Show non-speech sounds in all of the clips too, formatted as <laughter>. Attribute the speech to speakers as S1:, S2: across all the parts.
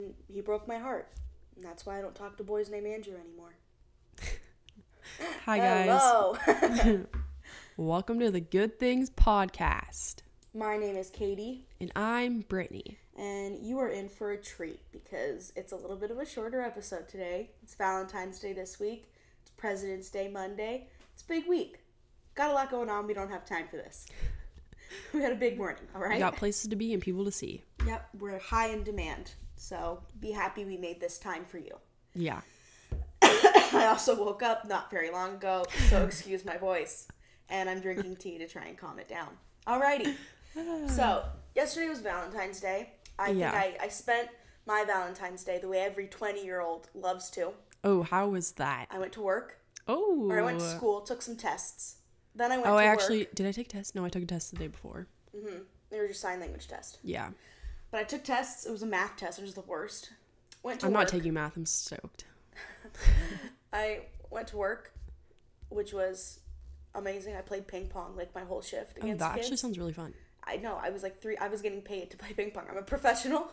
S1: And he broke my heart. And that's why I don't talk to boys named Andrew anymore.
S2: Hi, guys.
S1: Hello.
S2: Welcome to the Good Things Podcast.
S1: <laughs> my name is Katie,
S2: And I'm Brittany.
S1: and you are in for a treat because it's a little bit of a shorter episode today. It's Valentine's Day this week, it's President's Day Monday. It's a big week. Got a lot going on. We don't have time for this. <laughs> we had a big morning, all
S2: We
S1: right?
S2: got places to be and people to see.
S1: Yep, we're high in demand. So be happy we made this time for you.
S2: Yeah.
S1: I also woke up not very long ago, so
S2: <laughs>
S1: excuse my voice. And I'm drinking tea to try and calm it down. Alrighty. So, yesterday was Valentine's Day. I
S2: Yeah.
S1: think I, I spent my Valentine's Day the way every 20 year old loves to.
S2: Oh, how was that?
S1: I went to work,
S2: Oh.
S1: or I went to school, took some tests. Then I went
S2: Oh,
S1: to
S2: I
S1: work.
S2: actually did. I take a test. No, I took a test the day before.
S1: They were just sign language test.
S2: Yeah.
S1: But I took tests. It was a math test, which is the worst. Went to
S2: I'm
S1: work.
S2: not taking math. I'm stoked.
S1: I went to work, which was amazing. I played ping pong like my whole shift
S2: Oh,
S1: against
S2: that
S1: kids.
S2: actually sounds really fun.
S1: I know. I was like three. I was getting paid to play ping pong. I'm a
S2: <laughs>
S1: professional.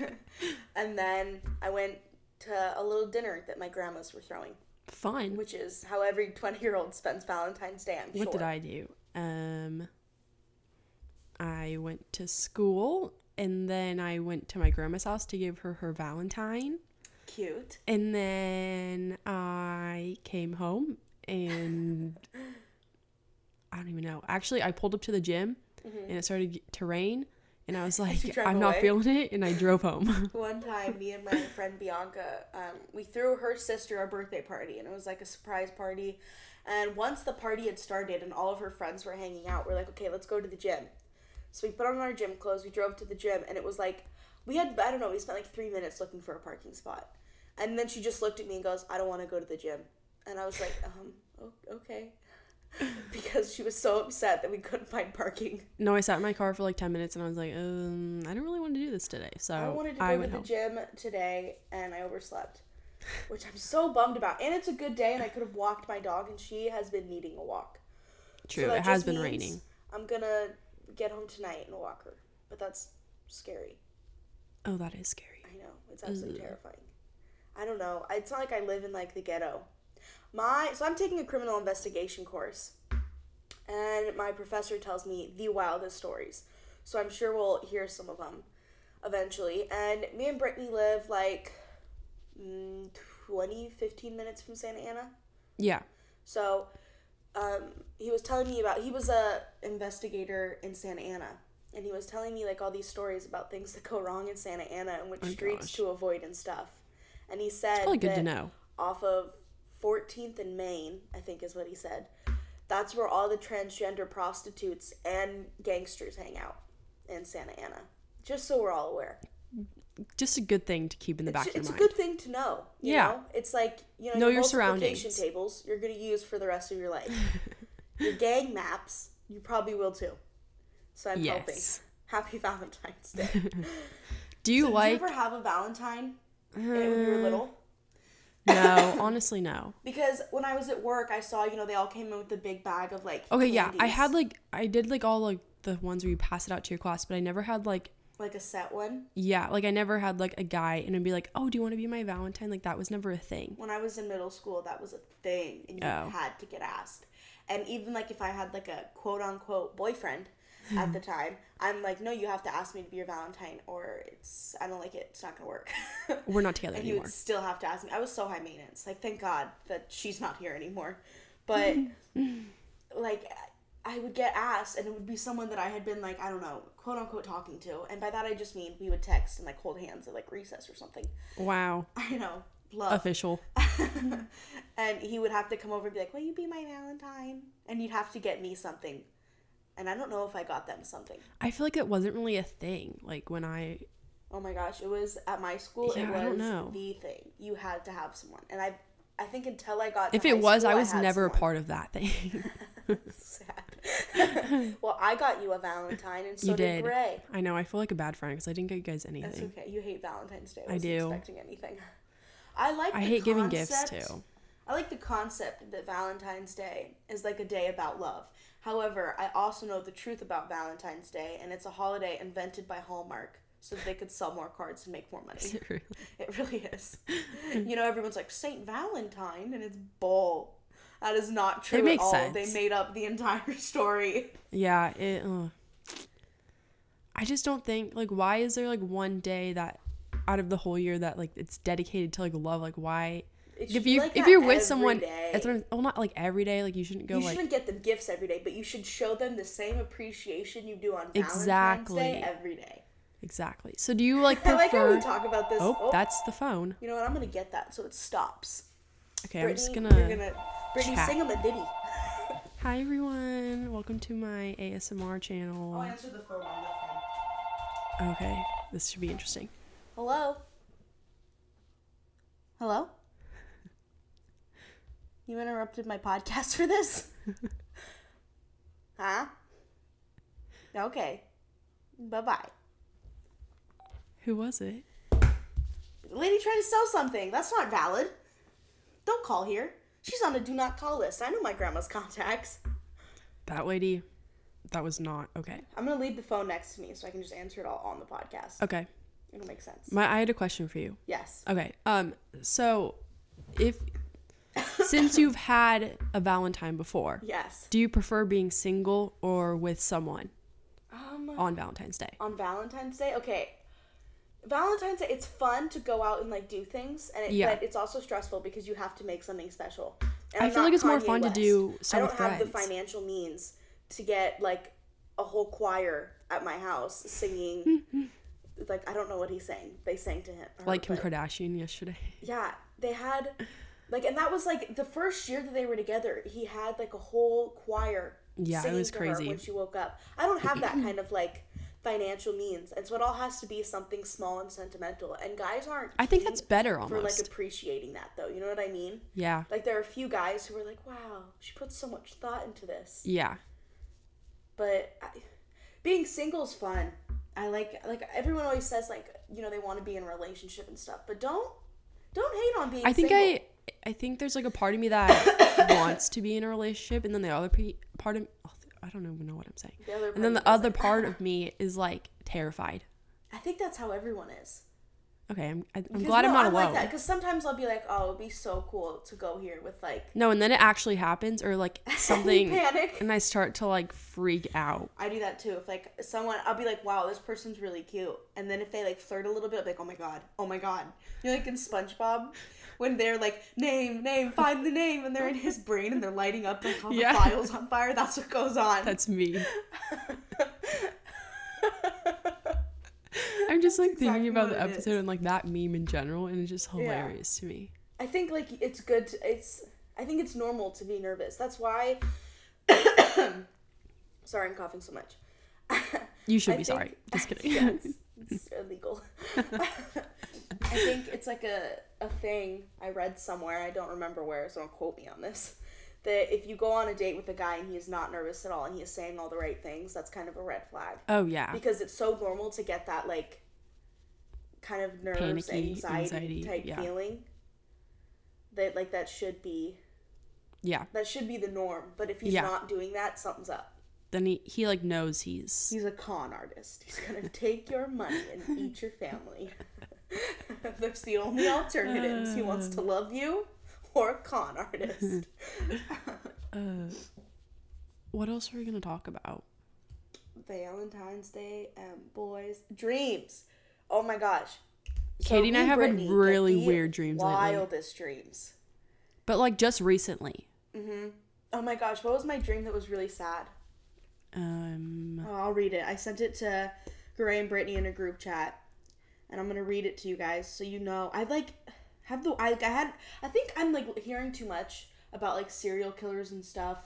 S1: <laughs> and then I went to a little dinner that my grandmas were throwing,
S2: Fun.
S1: which is how every 20 year old spends Valentine's Day. I'm
S2: What
S1: sure.
S2: did I do? Um, I went to school and then I went to my grandma's house to give her her Valentine.
S1: Cute.
S2: And then I came home and I don't even know. Actually, I pulled up to the gym and it started g- to rain. And
S1: <laughs>
S2: I was like,
S1: Mm-hmm. you drive
S2: I'm not
S1: away?
S2: feeling
S1: <laughs>
S2: it. And I drove home. <laughs>
S1: One time, me and my friend Bianca, um, we threw her sister a birthday party, and it was like a surprise party. And once the party had started and all of her friends were hanging out, we're like, okay, let's go to the gym. So we put on our gym clothes, we drove to the gym, and it was like, we had, I don't know, we spent like three minutes looking for a parking spot. And then she just looked at me and goes, I don't want to go to the gym. And I was like, um, o- okay. <laughs> Because she was so upset that we couldn't find parking.
S2: no, I sat in my car for like 10 minutes and I was like, um, I don't really want to do this today. So
S1: I
S2: Oh, I,
S1: wanted to go to
S2: went
S1: the
S2: home.
S1: gym today and I overslept, which I'm so bummed about. And it's a good day, and I could have walked my dog, and she has been needing a walk. So
S2: True.
S1: that
S2: it has
S1: just
S2: been
S1: means
S2: raining.
S1: I'm gonna get home tonight and walk her, but that's scary.
S2: Oh, that is scary.
S1: I know it's absolutely terrifying. I don't know. It's not like I live in like the ghetto. My so I'm taking a criminal investigation course, and my professor tells me the wildest stories. So I'm sure we'll hear some of them eventually. And me and Brittany live like mm, 20, 15 minutes from Santa Ana.
S2: Yeah.
S1: So um, he was telling me about he was a investigator in Santa Ana, and he was telling me like all these stories about things that go wrong in Santa Ana and which streets
S2: Oh gosh.
S1: to avoid and stuff. And he said
S2: Probably good
S1: that
S2: to know.
S1: off of 14th and Main, I think is what he said. That's where all the transgender prostitutes and gangsters hang out in Santa Ana. Just so we're all aware.
S2: Just a good thing to keep in the back
S1: It's,
S2: of your
S1: it's a
S2: mind.
S1: good thing to know. You
S2: Yeah.
S1: Know? It's like, you know,
S2: Know
S1: your,
S2: your
S1: multiplication
S2: surroundings.
S1: tables you're going to use for the rest of your
S2: <laughs>
S1: life. your gang maps, you probably will too. So I'm hoping.
S2: yes.
S1: Happy Valentine's
S2: <laughs>
S1: Day.
S2: Do you
S1: Did you
S2: like? Uh,
S1: ever have a Valentine when you were little? <laughs>
S2: no, honestly, no.
S1: Because when I was at work, I saw, you know, they all came in with a big bag of like.
S2: Okay, yeah, I
S1: candies.
S2: had like I did like all like the ones where you pass it out to your class, but I never had like
S1: like a set one.
S2: yeah, like I never had like a guy and it'd be like, oh, do you want to be my Valentine? Like that was never a thing.
S1: When I was in middle school, that was a thing, and you
S2: Oh.
S1: had to get asked. And even like if I had like a quote unquote boyfriend at
S2: <laughs>
S1: the time, I'm like, no, you have to ask me to be your Valentine, or it's I don't like it. It's not gonna work. <laughs>
S2: We're not together
S1: and you
S2: anymore.
S1: would still have to ask me. I was so high maintenance. Like, thank God that she's not here anymore.
S2: <laughs>
S1: But like, I would get asked, and it would be someone that I had been like, I don't know, quote unquote talking to. And by that I just mean we would text and like hold hands at like recess or something.
S2: Wow,
S1: I know, love.
S2: official.
S1: <laughs> and he would have to come over and be like, "Will you be my Valentine?" And you'd have to get me something. And I don't know if I got them something.
S2: I feel like it wasn't really a thing. Like when I
S1: Oh my gosh, it was at my school. it
S2: Yeah,
S1: was
S2: I don't know.
S1: the thing. You had to have someone, and I, I think until I got. to
S2: if
S1: high
S2: it was,
S1: school,
S2: I was
S1: had
S2: never a
S1: someone.
S2: part of
S1: <laughs>
S2: that thing.
S1: Sad. <laughs> well, I got you a Valentine, and so
S2: you
S1: did,
S2: did.
S1: Gray.
S2: I know. I feel like a bad friend because I didn't get you guys
S1: That's
S2: anything.
S1: okay. You hate Valentine's Day. I,
S2: I
S1: wasn't
S2: do.
S1: Expecting anything. I like.
S2: I
S1: the
S2: hate giving gifts
S1: concept-
S2: too.
S1: I like the concept that Valentine's Day is like a day about love. However, I also know the truth about Valentine's Day, and it's a holiday invented by Hallmark so that they could sell more cards and make more money.
S2: Is it <laughs> really?
S1: It really is. you know, everyone's like Saint Valentine, and it's bull. That is not true
S2: makes
S1: at all.
S2: sense.
S1: They made up the entire <laughs> story.
S2: Yeah, it. ugh. I just don't think like why is there like one day that out of the whole year that like it's dedicated to like love like why
S1: It should
S2: if
S1: be
S2: you
S1: like
S2: if
S1: that
S2: you're with
S1: every
S2: someone
S1: day.
S2: that's what I'm, well not like every day like you shouldn't go
S1: you
S2: like
S1: shouldn't get them gifts every day, but you should show them the same appreciation you do on Valentine's
S2: Exactly.
S1: Day every day.
S2: exactly so do you like
S1: <laughs> I like how
S2: prefer
S1: we talk about this.
S2: oh that's the phone
S1: You know what? I'm gonna get that so it stops.
S2: okay I'm just
S1: Brittany,
S2: gonna,
S1: you're gonna Brittany
S2: chat.
S1: sing him a ditty.
S2: hi everyone welcome to my ASMR channel
S1: answer the phone on that phone.
S2: okay this should be interesting
S1: Hello. Hello. You interrupted my podcast for
S2: <laughs>
S1: this? huh? Okay. Bye bye.
S2: who was it
S1: Lady trying to sell something. That's not valid. Don't call here. She's on a do not call list. I know my grandma's <laughs> contacts.
S2: that lady that was not okay
S1: I'm gonna leave the phone next to me so I can just answer it all on the podcast.
S2: okay
S1: It'll make sense.
S2: my I had a question for you
S1: Yes.
S2: Okay. Um. So,
S1: <coughs>
S2: if since you've had a Valentine before,
S1: Yes.
S2: do you prefer being single or with someone
S1: Um.
S2: on Valentine's Day?
S1: on Valentine's Day. Okay. Valentine's Day, it's fun to go out and like do things, and it,
S2: Yeah.
S1: but it's also stressful because you have to make something special. And
S2: I
S1: I'm
S2: feel
S1: not
S2: like it's more
S1: Kanye
S2: fun to
S1: West.
S2: do so
S1: I don't
S2: with
S1: have the
S2: friends.
S1: financial means to get like a whole choir at my house
S2: <laughs>
S1: singing. like I don't know what he sang. They sang to him. her,
S2: Like Kim
S1: but-
S2: Kardashian yesterday.
S1: yeah, they had like, and that was like the first year that they were together. He had like a whole choir.
S2: Yeah, it
S1: singing
S2: was
S1: to
S2: crazy.
S1: Her when she woke up, I don't have that kind
S2: <clears throat>
S1: of like financial means, and so it all has to be something small and sentimental. And guys aren't.
S2: I think
S1: keen
S2: that's better
S1: for like
S2: almost.
S1: appreciating that though. You know what I mean?
S2: yeah.
S1: Like there are a few guys who were like, "Wow, she put so much thought into this,"
S2: Yeah.
S1: but I, being single's fun. I like like everyone always says like you know they want to be in a relationship and stuff, but don't don't hate on being.
S2: I think
S1: single.
S2: I. I think there's like a part of me that <coughs> wants to be in a relationship, and then the other pe- part of oh, I don't even know what I'm saying.
S1: The other
S2: and then
S1: part of
S2: the
S1: me
S2: other
S1: is like- <laughs>
S2: part of me is like terrified.
S1: I think that's how everyone is.
S2: Okay, I'm, I- I'm
S1: 'Cause,
S2: glad I'm
S1: no,
S2: not
S1: like
S2: alone.
S1: that because sometimes I'll be like, "Oh, it'd be so cool to go here with like
S2: No, and then it actually happens,
S1: <laughs>
S2: or like something,
S1: panic."
S2: and I start to like freak out.
S1: I do that too. If like someone, I'll be like, "Wow, this person's really cute," and then if they like flirt a little bit, I'll be like, "Oh my god, oh my god," you know, like in SpongeBob when they're like, "Name, name, find the name," and they're in his brain and they're lighting up like all
S2: <laughs> Yeah.
S1: the files on fire. That's what goes on. <laughs>
S2: That's me. I'm just like
S1: exactly
S2: thinking about
S1: what
S2: the
S1: it
S2: episode
S1: is.
S2: and like that meme in general, and it's just hilarious to me.
S1: I think like it's good. To, it's I think it's normal to be nervous. That's why. <coughs> sorry, I'm coughing so much.
S2: You should
S1: I
S2: be
S1: think- <laughs>
S2: sorry. Just kidding.
S1: yeah, it's, it's illegal. I think it's like a, a thing I read somewhere. I don't remember where, so don't quote me on this. That if you go on a date with a guy and he is not nervous at all and he is saying all the right things, that's kind of a red flag
S2: <laughs> oh yeah.
S1: because it's so normal to get that like kind of nerves,
S2: Panicky,
S1: anxiety,
S2: anxiety,
S1: type
S2: yeah.
S1: feeling. That like that should be
S2: yeah.
S1: that should be the norm. But if he's
S2: Yeah.
S1: not doing that, something's up.
S2: Then he, he like knows he's
S1: He's a con artist. He's gonna take your money and eat your family. <laughs> There's the only alternatives. He wants to love you or a con
S2: <laughs>
S1: artist.
S2: uh what else are we gonna talk about?
S1: Valentine's Day and boys dreams. Oh my gosh.
S2: Katie and I
S1: me,
S2: have had
S1: Brittany, get
S2: really
S1: the
S2: weird dreams lately.
S1: Wildest dreams.
S2: But like just recently.
S1: Oh my gosh, what was my dream that was really sad?
S2: Um
S1: Oh, I'll read it. I sent it to Gray and Brittany in a group chat, and I'm gonna read it to you guys so you know. I like have the I, I had I think I'm like hearing too much about like serial killers and stuff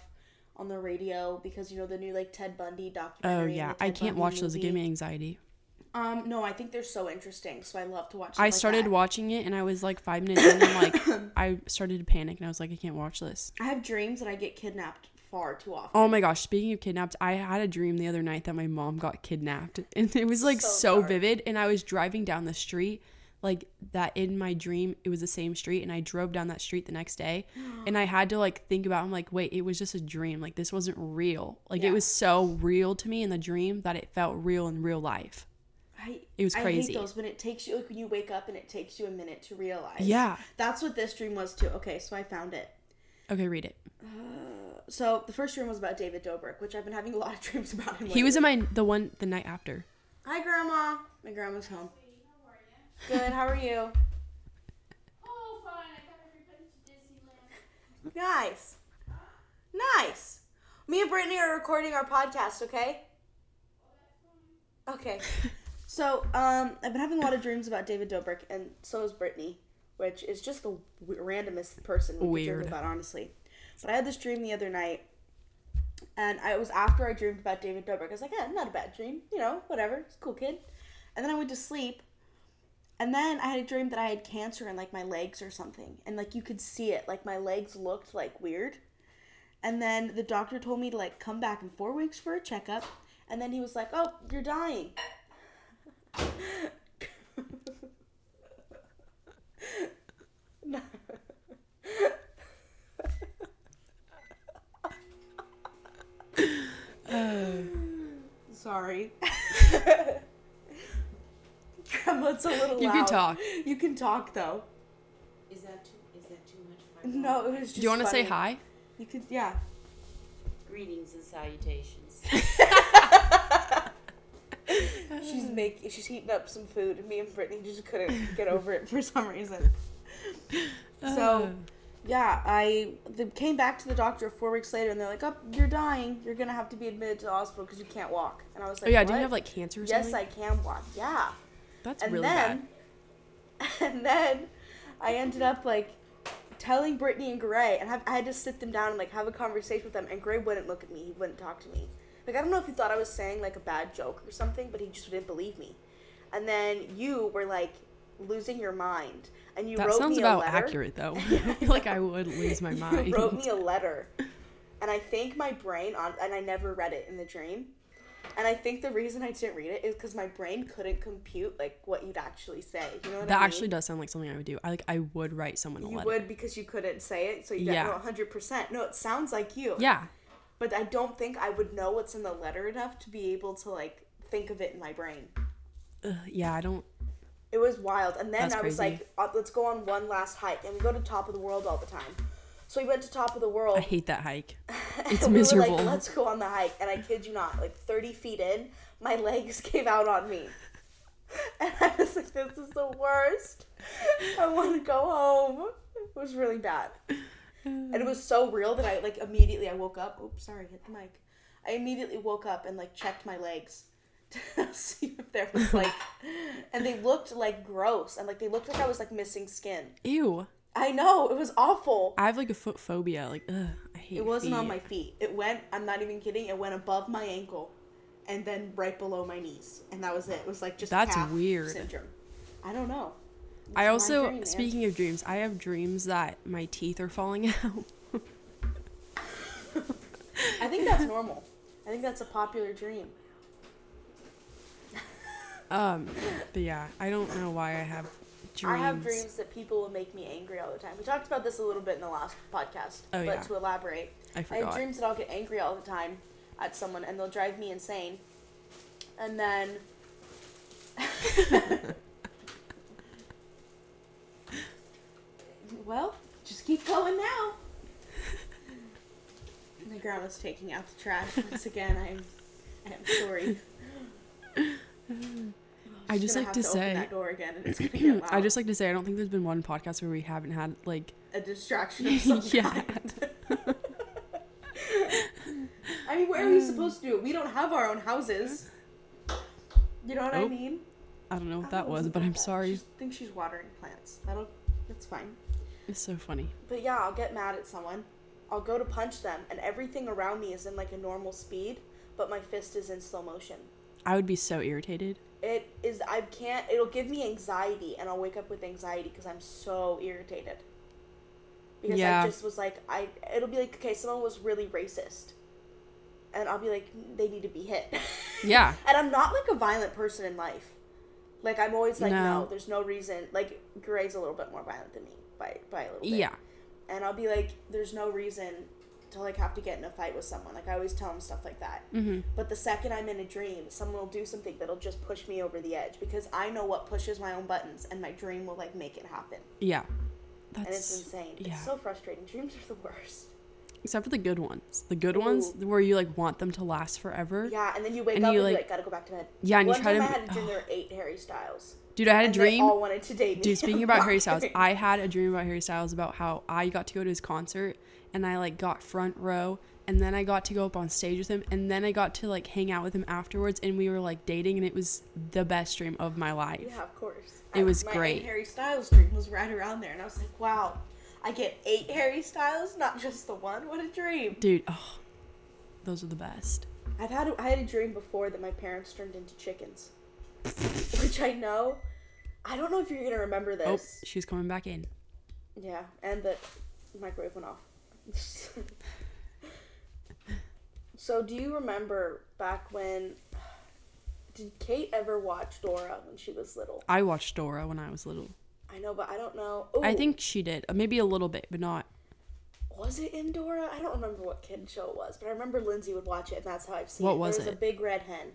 S1: on the radio because you know the new like Ted Bundy
S2: Oh
S1: documentary. and
S2: yeah.
S1: the
S2: I
S1: Ted
S2: can't
S1: Bundy
S2: watch those. It gave
S1: movie.
S2: me anxiety.
S1: Um, no, I think they're so interesting, so I love to watch. Them
S2: I
S1: like
S2: started
S1: that.
S2: watching it and I was like five minutes in and
S1: <coughs>
S2: like I started to panic and I was like, I can't watch this.
S1: I have dreams that I get kidnapped far too often.
S2: Oh my gosh, speaking of kidnapped, I had a dream the other night that my mom got kidnapped. <laughs> And it was like
S1: So
S2: so,
S1: dark.
S2: vivid. And I was driving down the street, like that in my dream, it was the same street. And I drove down that street the
S1: <gasps>
S2: next day. And I had to like think about, I'm like, wait, it was just a dream. Like this wasn't real. Like
S1: Yeah.
S2: it was so real to me in the dream that it felt real in real life.
S1: I,
S2: It was
S1: I
S2: crazy.
S1: hate those, but it takes you like when you wake up and it takes you a minute to realize.
S2: Yeah.
S1: That's what this dream was too. Okay, so I found it.
S2: Okay, read it.
S1: So the first dream was about David Dobrik, which I've been having a lot of <laughs> dreams about him.
S2: He was in my the one the night after.
S1: Hi, Grandma. My grandma's home. Good. How are you?
S3: <laughs> Oh, fine. I got everybody to Disneyland.
S1: Nice. Nice. Me and Brittany are recording our podcast, okay? Okay. So, um, I've been having a lot of dreams about David Dobrik, and so is Brittany, which is just the w- randomest person we could dream
S2: Weird.
S1: about, honestly. But I had this dream the other night, and I, it was after I dreamed about David Dobrik. I was like, yeah, not a bad dream, you know, whatever, it's a cool kid. And then I went to sleep, and then I had a dream that I had cancer in like my legs or something, and like you could see it, like my legs looked like weird. And then the doctor told me to like come back in four weeks for a checkup, and then he was like, "Oh, you're dying." Sorry. Grandma, it's a little
S2: You can
S1: loud.
S2: talk.
S1: You can talk though.
S4: Is that too? Is that too much? for my
S1: No, it was just.
S2: Do you want to say
S1: funny.
S2: hi?
S1: You could, yeah.
S4: mom? Greetings and salutations.
S1: She's
S2: Mm.
S1: making, she's heating up some food, and me and Brittany just couldn't get over it for some
S2: <laughs>
S1: reason.
S2: Uh.
S1: So, yeah, I they came back to the doctor four weeks later, and they're like, "Oh, you're dying. You're gonna have to be admitted to the hospital because you can't walk." And I was
S2: oh
S1: like,
S2: yeah,
S1: what?
S2: didn't you have like cancer or
S1: Yes,
S2: something?
S1: I can walk. Yeah,
S2: That's
S1: and
S2: really
S1: then, <laughs> and then, I ended up like telling Brittany and Gray, and have, I had to sit them down and like have a conversation with them, and Gray wouldn't look at me. He wouldn't talk to me. Like I don't know if he thought I was saying like a bad joke or something, but he just didn't believe me. And then you were like losing your mind, and you
S2: bad. That
S1: wrote
S2: sounds
S1: me a
S2: about
S1: letter. <laughs>
S2: accurate though. <laughs> I feel like I would lose my mind.
S1: You wrote me a letter, and I think my brain on, and I never read it in the dream. And I think the reason I didn't read it is because my brain couldn't compute like what you'd actually say. You know what I
S2: that
S1: mean?
S2: actually does sound like something I would do. I like I would write someone a
S1: You
S2: letter.
S1: would because you couldn't say it, so you don't
S2: Yeah.
S1: know 100%. No, it sounds like you.
S2: <laughs> Yeah.
S1: But I don't think I would know what's in the letter enough to be able to, like, think of it in my brain.
S2: Ugh, Uh, yeah, I don't
S1: It was wild. And then
S2: That's
S1: I was
S2: crazy.
S1: like, "Uh, let's go on one last hike. And we go to Top of the World all the time. So we went to Top of the World.
S2: I hate that
S1: <laughs>
S2: hike. It's
S1: And
S2: miserable.
S1: Were like, Let's go on the hike. And I kid you not, like 30 feet in, my legs <laughs> gave out on me. And I was like, this is the worst. I want to go home. It was really bad. And it was so real that I like immediately I woke up. Oops, sorry, hit the mic. I immediately woke up and like checked my legs <laughs> to see if there was like and they looked like gross and like they looked like I was like missing skin.
S2: <laughs> Ew.
S1: I know, it was awful.
S2: I have like a foot phobia. Like, ugh, I hate
S1: It wasn't on
S2: feet.
S1: my feet. It went, I'm not even kidding, it went above my ankle and then right below my knees. And that was it. It was like just
S2: That's
S1: calf
S2: weird.
S1: syndrome. I don't know.
S2: I
S1: my
S2: also
S1: dream, man.
S2: speaking of dreams, I have dreams that my teeth are falling <laughs> out.
S1: I think that's normal. I think that's a popular dream.
S2: Um, but yeah, I don't know why I have dreams.
S1: I have dreams that people will make me angry all the time. We talked about this a little bit in the last podcast.
S2: Oh,
S1: but
S2: yeah.
S1: to elaborate, I
S2: I
S1: have
S2: forgot.
S1: dreams that I'll get angry all the time at someone and they'll drive me insane. And
S2: <laughs>
S1: then Well, just keep going now. My grandma's taking out the trash once again. I'm I am
S2: <laughs>
S1: sorry.
S2: I
S1: She's
S2: just
S1: gonna
S2: like
S1: have
S2: to
S1: open
S2: say,
S1: that door again and it's
S2: <clears throat>
S1: gonna get loud.
S2: I just like to say, I don't think there's been one podcast where we haven't had like
S1: a distraction
S2: <laughs>
S1: of some
S2: Yeah.
S1: kind. I mean, where are
S2: Mm.
S1: we supposed to do it? We don't have our own houses. You know what I
S2: Oh,
S1: mean?
S2: I don't know
S1: I
S2: what
S1: don't
S2: that
S1: know
S2: was,
S1: about
S2: but I'm
S1: that.
S2: sorry.
S1: She thinks she's watering plants. That'll that's fine.
S2: It's so funny.
S1: But yeah, I'll get mad at someone. I'll go to punch them, and everything around me is in like a normal speed, but my fist is in slow motion.
S2: I would be so irritated.
S1: It is. I can't. It'll give me anxiety, and I'll wake up with anxiety because I'm so irritated. Because I
S2: Yeah.
S1: just was like, I. It'll be like, okay, someone was really racist, and I'll be like, they need to be hit. <laughs>
S2: Yeah.
S1: and I'm not like a violent person in life. Like I'm always like, no,
S2: No.
S1: there's no reason. Like Gray's a little bit more violent than me by by a little bit.
S2: Yeah.
S1: And I'll be like, there's no reason to like have to get in a fight with someone. Like I always tell them stuff like that.
S2: Mm-hmm.
S1: But the second I'm in a dream, someone will do something that'll just push me over the edge because I know what pushes my own buttons, and my dream will like make it happen.
S2: Yeah.
S1: and it's
S2: That's
S1: insane.
S2: yeah.
S1: It's so frustrating. Dreams are the worst.
S2: except for the good ones. The good ones where you like want them to last forever.
S1: Yeah, and then you wake
S2: And
S1: up
S2: you,
S1: and you
S2: like-
S1: like gotta go back to bed.
S2: Yeah, and you
S1: One
S2: try
S1: time
S2: to-
S1: I had a dream
S2: <sighs> oh.
S1: there were eight Harry Styles.
S2: Dude, I had a
S1: and
S2: dream.
S1: They all wanted to date me.
S2: <laughs>
S1: <laughs>
S2: Dude, speaking about Harry Styles,
S1: Fucking-
S2: I had a dream about Harry Styles about how I got to go to his concert and I like got front row and then I got to go up on stage with him and then I got to like hang out with him afterwards and we were like dating and it was the best dream of my life.
S1: Yeah, of course.
S2: It was
S1: my
S2: great.
S1: Eight Harry Styles dream was right around there, and I was like, wow, I get eight Harry Styles, not just the one. What a dream!
S2: Dude, oh, those are the best.
S1: I've had a, I had a dream before that my parents turned into chickens, <laughs> which I know. I don't know if you're gonna remember
S2: Oh,
S1: this.
S2: she's coming back in.
S1: Yeah, and the microwave went off. <laughs> so, do you remember back when? Did Kate ever watch Dora when she was little?
S2: I watched Dora when I was little.
S1: I know, but I don't know.
S2: I
S1: Ooh,
S2: think she did, uh, maybe a little bit, but not.
S1: was it in Dora? I don't remember what kid show it was, but I remember Lindsay would watch it, and that's how I've seen
S2: What
S1: it.
S2: was
S1: there was a
S2: it?
S1: big red hen,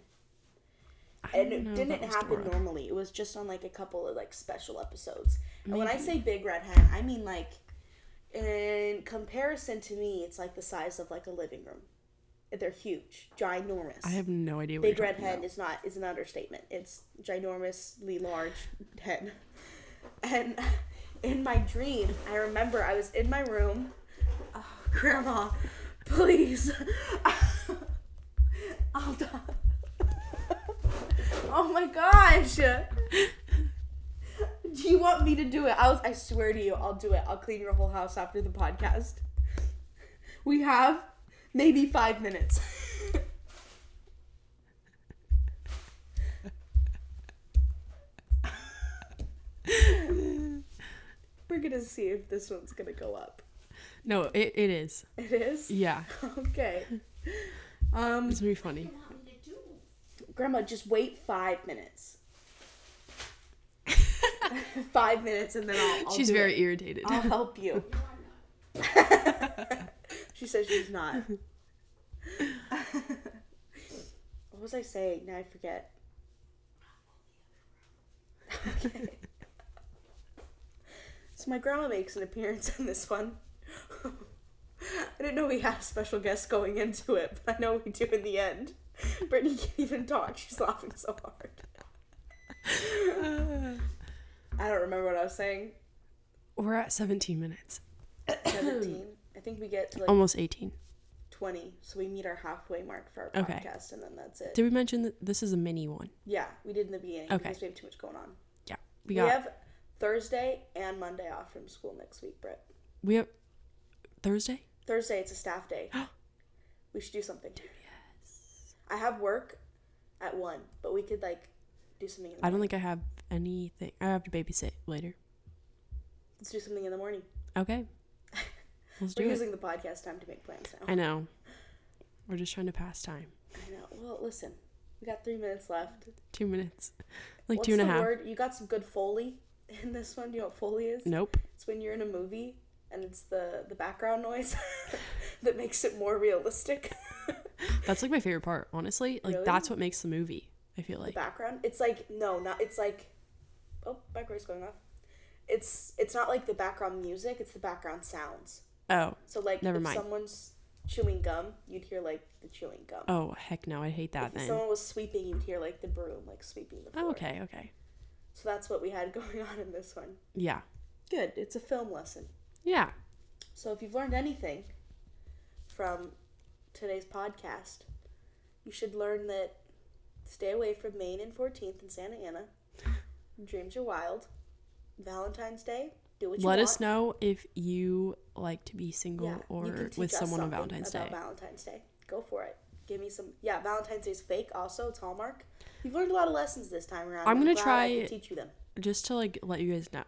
S2: I
S1: and
S2: don't know
S1: it
S2: if
S1: didn't
S2: that was
S1: happen
S2: Dora.
S1: normally. It was just on like a couple of like special episodes. And when I say big red hen, I mean like in comparison to me, it's like the size of like a living room. They're huge, ginormous.
S2: I have no idea what
S1: Big
S2: you're
S1: red
S2: talking
S1: hen
S2: about.
S1: is not is an understatement. It's ginormously large hen. And in my dream, I remember I was in my room. Oh, Grandma, please. <laughs> I'll die. <laughs> oh my gosh. Do you want me to do it? I was I swear to you, I'll do it. I'll clean your whole house after the podcast. We have maybe 5 minutes. <laughs> We're gonna see if this one's gonna go up.
S2: No, it, it is.
S1: It is? <laughs>
S2: Yeah,
S1: Okay. Um
S2: it's gonna be funny.
S3: you want me to do?
S1: Grandma, just wait five
S2: <laughs>
S1: minutes. five minutes and then I'll, I'll
S2: She's
S1: do
S2: very
S1: it.
S2: irritated.
S1: I'll help you. <laughs>
S3: No, I'm not.
S1: she says she's not. what was I saying? Now I forget. Okay. so my grandma makes an appearance in this one. I didn't know we had a special guest going into it, but I know we do in the end. Brittany can't even talk. She's laughing so hard. I don't remember what I was saying.
S2: We're at 17 minutes,
S1: 17. I think we get to like
S2: almost 18.
S1: 20 so we meet our halfway mark for our
S2: Okay.
S1: podcast and then that's it
S2: Did we mention that this is a mini one?
S1: yeah we did in the beginning
S2: Okay.
S1: because we have too much going on
S2: Yeah, we
S1: we,
S2: got. We have,
S1: have thursday and monday off from school next week Britt.
S2: Thursday.
S1: thursday it's a staff
S2: <gasps>
S1: day we should do something i have work at one but we could like do something in the
S2: I don't think I have anything. I have to babysit later.
S1: let's do something in the morning <laughs>
S2: Okay, let's
S1: we're
S2: do it.
S1: using the podcast time to make plans now
S2: I know. We're just trying to pass time.
S1: I know well listen we got three minutes left
S2: Two minutes, <laughs> like two and a half.
S1: word you got some good foley in this one Do you know what foley is
S2: Nope.
S1: It's when you're in a movie and it's the the background noise <laughs> that makes it more realistic. <laughs>
S2: That's like my favorite part, honestly. Like
S1: Really?
S2: that's what makes the movie. I feel
S1: the
S2: like.
S1: background. It's like no, not it's like oh, microwave's going off. It's it's not like the background music, it's the background sounds.
S2: Oh,
S1: So like
S2: Never
S1: if
S2: mind.
S1: someone's chewing gum, you'd hear like the chewing gum.
S2: oh heck no! I hate that
S1: if
S2: then.
S1: someone was sweeping, you'd hear like the broom like sweeping the floor.
S2: Oh, okay, okay.
S1: So that's what we had <laughs> going on in this one.
S2: Yeah,
S1: Good. It's a film lesson.
S2: yeah.
S1: So if you've learned anything from today's podcast, you should learn that stay away from Maine and 14th and Santa
S2: <laughs>
S1: Ana. Dreams are wild. Valentine's Day, do what you
S2: Let
S1: want.
S2: us know if you like to be single
S1: Yeah, you can
S2: or
S1: teach
S2: with
S1: us
S2: someone on
S1: something
S2: Valentine's Day.
S1: about Valentine's Day. Go for it. Give me some. Yeah, Valentine's Day's fake. Also, it's Hallmark. You've learned a lot of lessons this time around.
S2: I'm gonna
S1: glad I
S2: try-
S1: could teach you them.
S2: just to like let you guys know,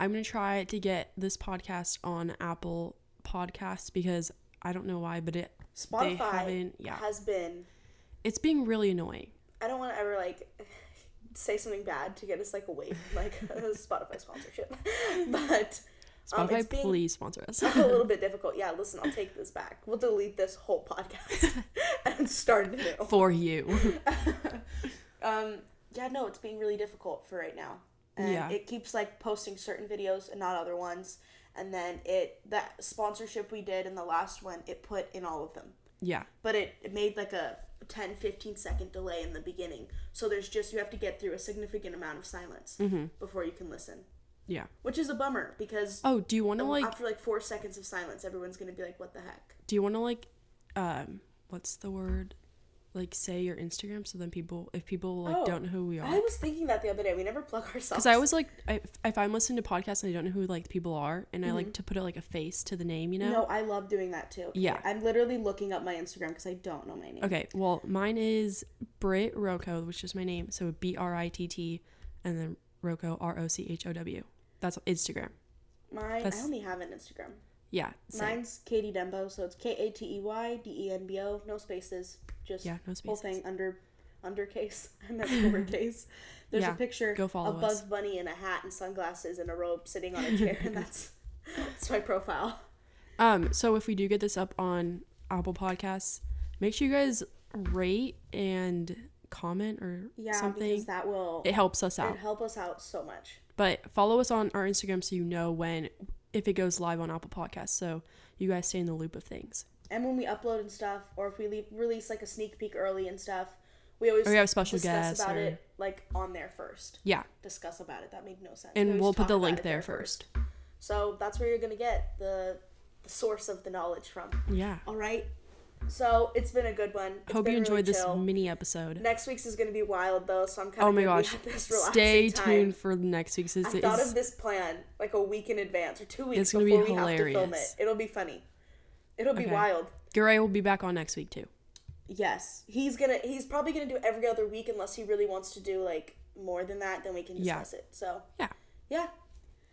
S2: I'm gonna try to get this podcast on Apple Podcasts because I don't know why, but it
S1: Spotify
S2: haven't- yeah.
S1: has been
S2: it's being really annoying.
S1: I don't want to ever like <laughs> say something bad to get us like away from like a Spotify sponsorship, <laughs> but Um,
S2: Spotify,
S1: it's being-
S2: please sponsor
S1: <laughs>
S2: us. <laughs>
S1: a little bit difficult. Yeah, listen, I'll take this back. We'll delete this whole podcast <laughs> and start new.
S2: For you. <laughs>
S1: Um, yeah, no, it's being really difficult for right now. And
S2: Yeah.
S1: it keeps like posting certain videos and not other ones. And then it that sponsorship we did in the last one, it put in all of them.
S2: yeah.
S1: But it, it made like a 10 15 second delay in the beginning. So there's just you have to get through a significant amount of silence before you can listen.
S2: Yeah.
S1: Which is a bummer because
S2: Oh, do you want to
S1: um,
S2: like
S1: after like 4 seconds of silence, everyone's going to be like what the heck?
S2: do you want to like um what's the word? Like say your Instagram so then people if people like
S1: Oh,
S2: don't know who we are.
S1: I was thinking that the other day. We never plug <laughs> ourselves.
S2: Because I always like, I, if I'm listening to podcasts and I don't know who like the people are, and I
S1: Mm-hmm.
S2: like to put like a face to the name, you know?
S1: No, I love doing that too.
S2: Yeah.
S1: I'm literally looking up my Instagram because I don't know my name.
S2: Okay, well, mine is Brit Rocco, which is my name. So B R I T T, and then Rocco R O C H O W. That's Instagram.
S1: Mine.
S2: That's-
S1: I only have an Instagram.
S2: Yeah. Same.
S1: Mine's Katie Dembo, so it's K A T E Y D E N B O, no spaces, just
S2: Yeah, no
S1: whole
S2: spaces.
S1: thing under undercase. <laughs> I meant
S2: <laughs>
S1: lowercase. There's
S2: Yeah,
S1: a picture
S2: go
S1: of
S2: follow
S1: Bugs
S2: us.
S1: Bunny in a hat and sunglasses and a robe sitting
S2: <laughs>
S1: on a chair, and that's <laughs> that's my profile.
S2: Um. So if we do get this up on Apple Podcasts, make sure you guys rate and comment or
S1: Yeah,
S2: something.
S1: because that will
S2: it helps us out.
S1: it help us out so much.
S2: But follow us on our Instagram so you know when if it goes live on Apple Podcasts, so you guys stay in the loop of things.
S1: and when we upload and stuff, or if we leave, release like a sneak peek early and stuff, we always
S2: Or we have special
S1: discuss
S2: guests
S1: about
S2: or-
S1: it like on there first.
S2: Yeah.
S1: Discuss about it. That made no sense.
S2: And
S1: We always
S2: we'll put
S1: talk
S2: the
S1: about
S2: link
S1: it
S2: there first.
S1: So that's where you're gonna get the the source of the knowledge from.
S2: Yeah.
S1: All right. So it's been a good one. It's
S2: Hope
S1: been
S2: you
S1: really
S2: enjoyed this
S1: chill.
S2: mini episode.
S1: Next week's is gonna be wild though, so I'm kind of
S2: Oh my gosh.
S1: This relaxing
S2: Stay
S1: time.
S2: tuned for the next week's.
S1: I
S2: It's,
S1: thought of this plan like a week in advance or two weeks
S2: It's gonna be
S1: before we have to film it.
S2: hilarious.
S1: It'll be funny. It'll be
S2: Okay.
S1: wild.
S2: Garay will be back on next week too.
S1: Yes, he's gonna. He's probably gonna do every other week unless he really wants to do like more than that. Then we can
S2: Yeah.
S1: discuss it. So
S2: Yeah.
S1: yeah,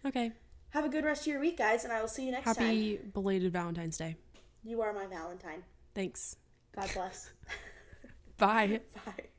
S2: Okay.
S1: have a good rest of your week, guys, and I will see you next time.
S2: Happy belated Valentine's Day.
S1: You are my Valentine.
S2: Thanks.
S1: God bless.
S2: Bye.
S1: <laughs> Bye.